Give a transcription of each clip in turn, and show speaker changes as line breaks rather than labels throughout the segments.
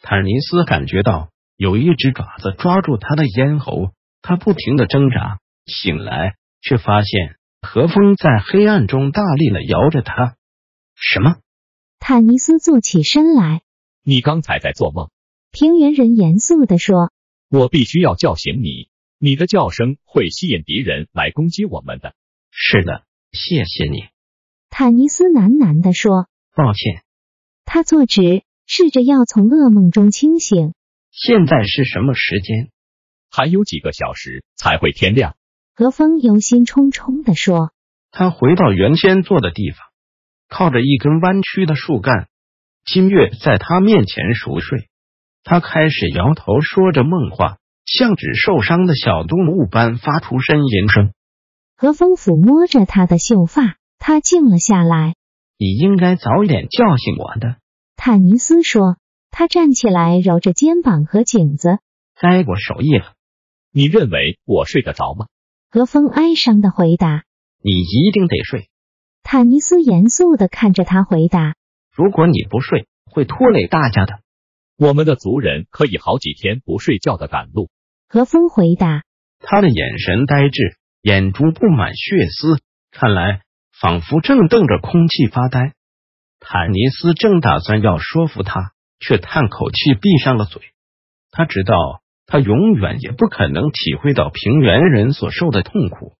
坦尼斯感觉到有一只爪子抓住他的咽喉，他不停的挣扎，醒来却发现何风在黑暗中大力的摇着他。什么？
坦尼斯坐起身来，
你刚才在做梦，
平原人严肃地说
我必须要叫醒你，你的叫声会吸引敌人来攻击我们的。
是的，谢谢你，：“
坦尼斯喃喃地说。
抱歉。”
他坐直，试着要从噩梦中清醒。
现在是什么时间？
还有几个小时才会天亮。
何风忧心忡忡地说
他回到原先坐的地方，靠着一根弯曲的树干，金月在他面前熟睡。他开始摇头，说着梦话，像只受伤的小动物般发出呻吟声。：“
何风抚摸着他的秀发，他静了下来。”
你应该早一点叫醒我的。
坦尼斯说。他站起来，揉着肩膀和颈子。
该我守夜了。
你认为我睡得着吗？
何风哀伤的回答。
你一定得睡。
坦尼斯严肃的看着他回答。
如果你不睡，会拖累大家的。
我们的族人可以好几天不睡觉的赶路。
何风回答。
他的眼神呆滞，眼珠布满血丝，看来仿佛正瞪着空气发呆。坦尼斯正打算要说服他，却叹口气，闭上了嘴。他知道，他永远也不可能体会到平原人所受的痛苦。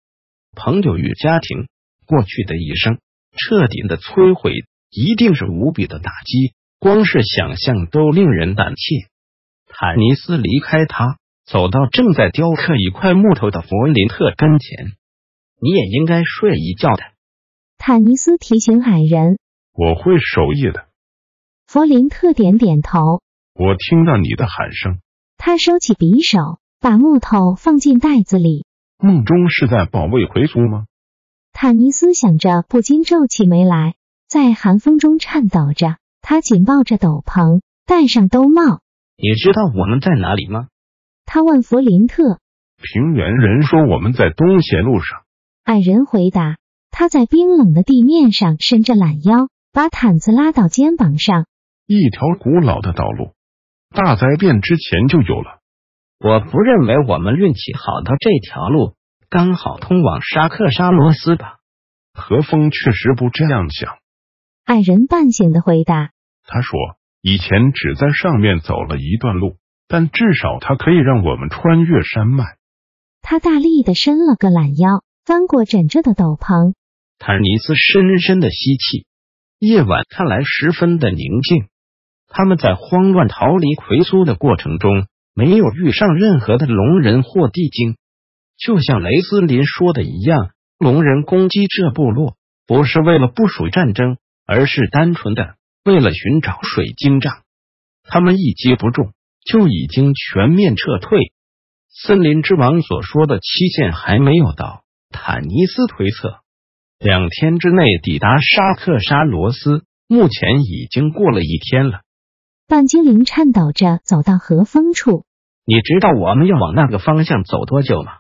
朋友与家庭，过去的一生，彻底的摧毁，一定是无比的打击。光是想象都令人胆怯。坦尼斯离开他，走到正在雕刻一块木头的弗林特跟前。你也应该睡一觉的。
坦尼斯提醒矮人。
我会守夜的。
弗林特点点头。
我听到你的喊声，
他收起匕首，把木头放进袋子里。
梦中是在保卫回族吗？
坦尼斯想着，不禁皱起眉来，在寒风中颤抖着。他紧抱着斗篷，戴上兜帽。
你知道我们在哪里吗？
他问弗林特。
平原人说我们在东斜路上。
矮人回答，他在冰冷的地面上伸着懒腰，把毯子拉到肩膀上。
一条古老的道路，大灾变之前就有了。
我不认为我们运气好到这条路刚好通往沙克沙罗斯吧。
何风确实不这样想，
矮人半醒的回答，
他说以前只在上面走了一段路，但至少它可以让我们穿越山脉。
他大力的伸了个懒腰，翻过枕着的斗篷。
坦尼斯深深的吸气。夜晚看来十分的宁静。他们在慌乱逃离奎苏的过程中，没有遇上任何的龙人或地精。就像雷斯林说的一样，龙人攻击这部落不是为了部署战争，而是单纯的为了寻找水晶杖。他们一击不中，就已经全面撤退。森林之王所说的期限还没有到，坦尼斯推测两天之内抵达沙克沙罗斯，目前已经过了一天了。
半精灵颤抖着走到和风处，
你知道我们要往那个方向走多久吗？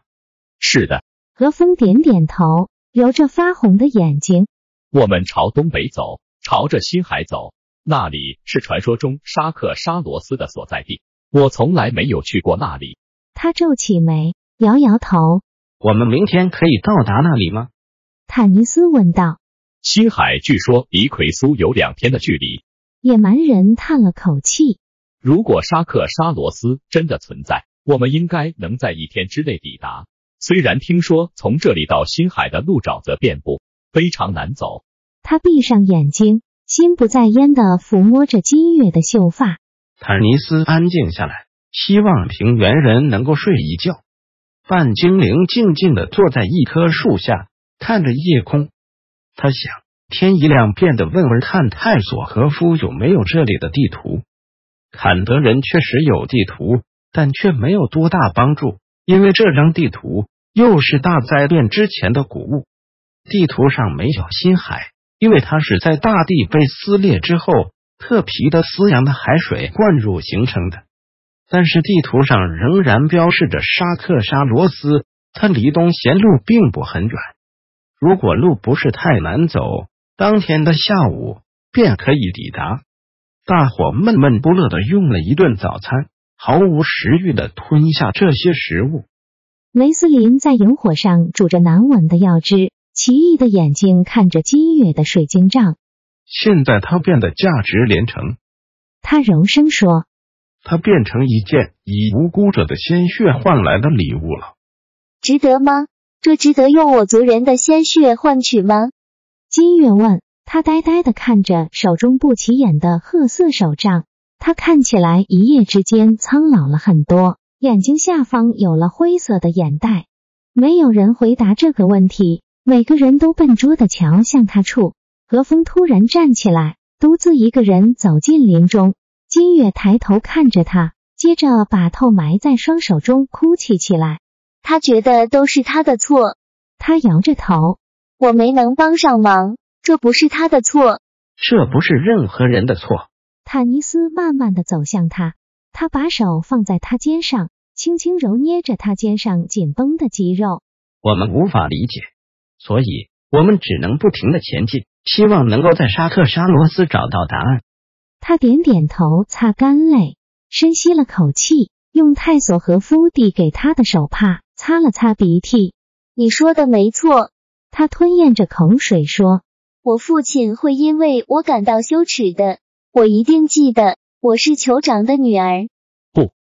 是的，
和风点点头，揉着发红的眼睛。
我们朝东北走，朝着新海走，那里是传说中沙克沙罗斯的所在地。我从来没有去过那里。
他皱起眉，摇摇头。
我们明天可以到达那里吗？
坦尼斯问道。
新海据说离奎苏有两天的距离，
野蛮人叹了口气。
如果沙克沙罗斯真的存在，我们应该能在一天之内抵达。虽然听说从这里到新海的路沼泽遍布，非常难走。
他闭上眼睛，心不在焉的抚摸着金月的秀发。
坦尼斯安静下来，希望平原人能够睡一觉。半精灵静静的坐在一棵树下，看着夜空。他想，天一亮，便得问问看泰索和夫有没有这里的地图。坎德人确实有地图，但却没有多大帮助，因为这张地图又是大灾变之前的古物。地图上没有新海，因为它是在大地被撕裂之后，特皮的撕扬的海水灌入形成的。但是地图上仍然标示着沙克沙罗斯，它离东贤路并不很远。如果路不是太难走，当天的下午便可以抵达。大伙闷闷不乐的用了一顿早餐，毫无食欲的吞下这些食物。
雷斯林在萤火上煮着难闻的药汁，奇异的眼睛看着金月的水晶杖。
现在它变得价值连城，
他柔声说
它变成一件以无辜者的鲜血换来的礼物了。
值得吗？这值得用我族人的鲜血换取吗？：“
金月问。”他呆呆的看着手中不起眼的褐色手杖，他看起来一夜之间苍老了很多，眼睛下方有了灰色的眼袋。没有人回答这个问题，每个人都笨拙的瞧向他处。何风突然站起来，独自一个人走进林中。金月抬头看着他，接着把头埋在双手中，哭泣起来。
他觉得都是他的错，
他摇着头，
我没能帮上忙，这不是他的错。
这不是任何人的错，
坦尼斯慢慢的走向他，他把手放在他肩上，轻轻揉捏着他肩上紧绷的肌肉。
我们无法理解，所以我们只能不停的前进，希望能够在沙特沙罗斯找到答案。
他点点头，擦干泪，深吸了口气，用泰索和夫递给他的手帕擦了擦鼻涕。
你说的没错，
他吞咽着口水说
我父亲会因为我感到羞耻的，我一定记得。我是酋长的女儿，：“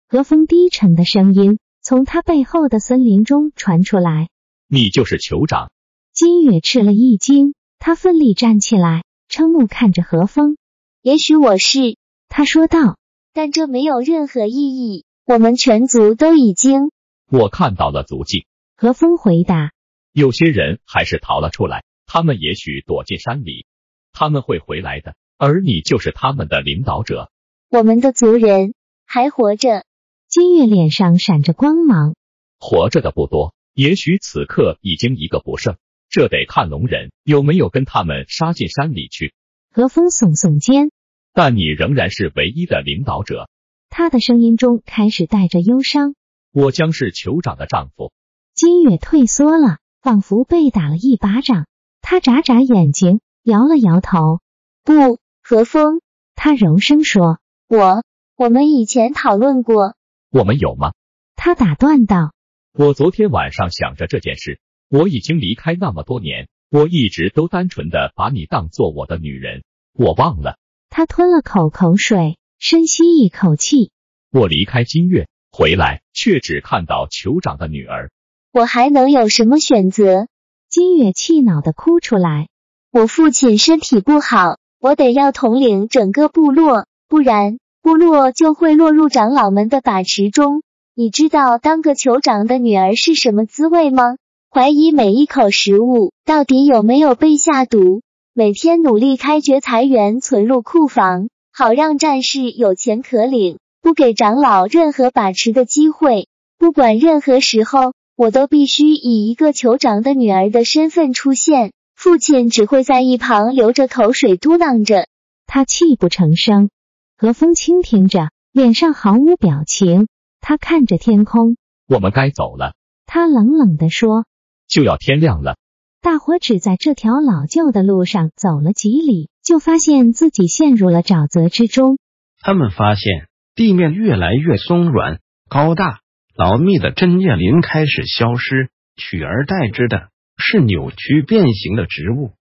和风低沉的声音从他背后的森林中传出来。”
你就是酋长。
金月吃了一惊，他奋力站起来，瞠目看着何风，
也许我是，
他说道。
但这没有任何意义。我们全族都已经，
我看到了足迹，
何风回答。
有些人还是逃了出来，他们也许躲进山里，他们会回来的，而你就是他们的领导者。
我们的族人还活着。
金月脸上闪着光芒。
活着的不多，也许此刻已经一个不剩，这得看龙人有没有跟他们杀进山里去。
何风耸耸肩，
但你仍然是唯一的领导者，
他的声音中开始带着忧伤。
我将是酋长的丈夫。
金月退缩了，仿佛被打了一巴掌。他眨眨眼睛，摇了摇头。
不，何风，
他柔声说
我，我们以前讨论过，
我们有吗？：“
他打断道。
我昨天晚上想着这件事，我已经离开那么多年，我一直都单纯的把你当做我的女人，我忘了。”
他吞了口口水，深吸一口气。
我离开金月回来，却只看到酋长的女儿。
我还能有什么选择？
金月气恼的哭出来。
我父亲身体不好，我得要统领整个部落，不然部落就会落入长老们的把持中。你知道当个酋长的女儿是什么滋味吗？怀疑每一口食物到底有没有被下毒，每天努力开掘财源存入库房，好让战士有钱可领，不给长老任何把持的机会。不管任何时候，我都必须以一个酋长的女儿的身份出现。父亲只会在一旁流着口水嘟囔着。
他泣不成声。何风倾听着，脸上毫无表情。他看着天空，
我们该走了，
他冷冷地说：“
就要天亮了。
大伙只在这条老旧的路上走了几里，就发现自己陷入了沼泽之中。
他们发现地面越来越松软、高大，老密的针叶林开始消失，取而代之的是扭曲变形的植物。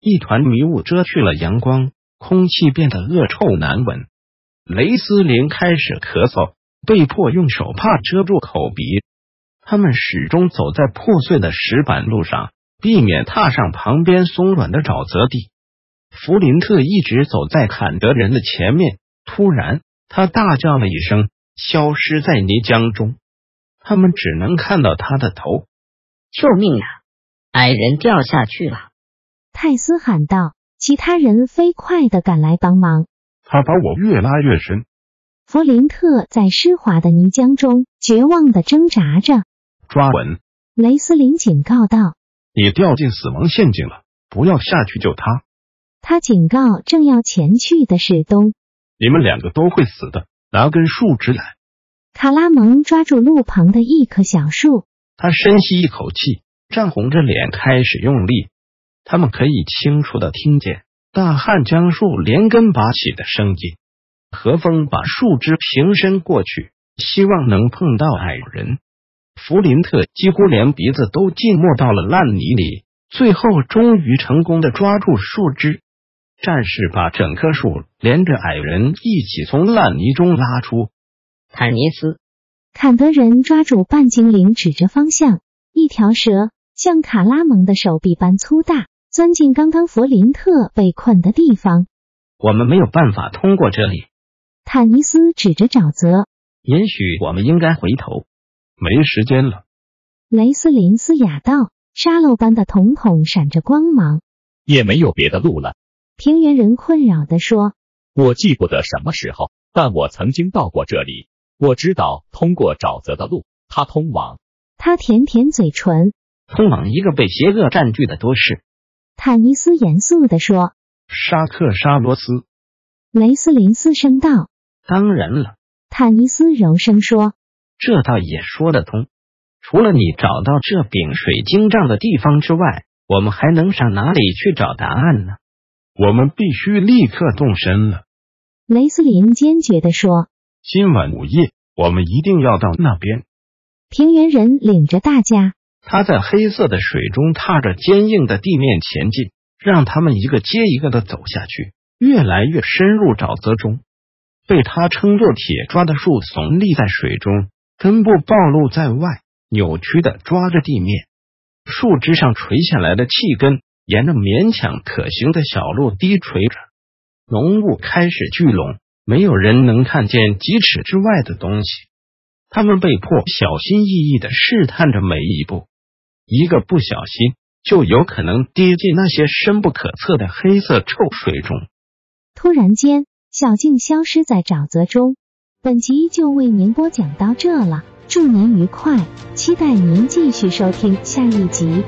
一团迷雾遮去了阳光，空气变得恶臭难闻。雷斯林开始咳嗽，被迫用手帕遮住口鼻。他们始终走在破碎的石板路上，避免踏上旁边松软的沼泽地。弗林特一直走在坎德人的前面。突然，他大叫了一声，消失在泥浆中。他们只能看到他的头。
救命啊！矮人掉下去了。
泰斯喊道。其他人飞快的赶来帮忙。
他把我越拉越深，
弗林特在湿滑的泥浆中绝望的挣扎着。
抓稳！
雷斯林警告道。
你掉进死亡陷阱了，不要下去救他。
他警告正要前去的史东。
你们两个都会死的，拿根树枝来。
卡拉蒙抓住路旁的一棵小树。
他深吸一口气，涨红着脸开始用力。他们可以清楚的听见大汉将树连根拔起的声音。何风把树枝平伸过去，希望能碰到矮人。弗林特几乎连鼻子都浸没到了烂泥里，最后终于成功的抓住树枝。战士把整棵树连着矮人一起从烂泥中拉出。
坦尼斯，
坎德人抓住半精灵，指着方向，一条蛇像卡拉蒙的手臂般粗大，钻进刚刚弗林特被困的地方。
我们没有办法通过这里，
坦尼斯指着沼泽。
也许我们应该回头。
没时间了，
雷斯林嘶哑道，沙漏般的瞳孔闪着光芒。
也没有别的路了。
平原人困扰地说
我记不得什么时候，但我曾经到过这里。我知道通过沼泽的路，它通往。：“
他舔舔嘴唇。
通往一个被邪恶占据的都市。”
坦尼斯严肃地说。
沙克沙罗斯，
雷斯林嘶声道。
当然了，
坦尼斯柔声说
这倒也说得通。除了你找到这柄水晶杖的地方之外，我们还能上哪里去找答案呢？
我们必须立刻动身了。：“
雷斯林坚决地说。
今晚午夜，我们一定要到那边。”
平原人领着大家
他在黑色的水中踏着坚硬的地面前进，让他们一个接一个的走下去，越来越深入沼泽中。被他撑作铁抓的树耸立在水中，根部暴露在外，扭曲的抓着地面。树枝上垂下来的气根，沿着勉强可行的小路低垂着。浓雾开始聚拢，没有人能看见几尺之外的东西。他们被迫小心翼翼的试探着每一步，一个不小心就有可能跌进那些深不可测的黑色臭水中。
突然间，小径消失在沼泽中。本集就为您播讲到这了，祝您愉快，期待您继续收听下一集。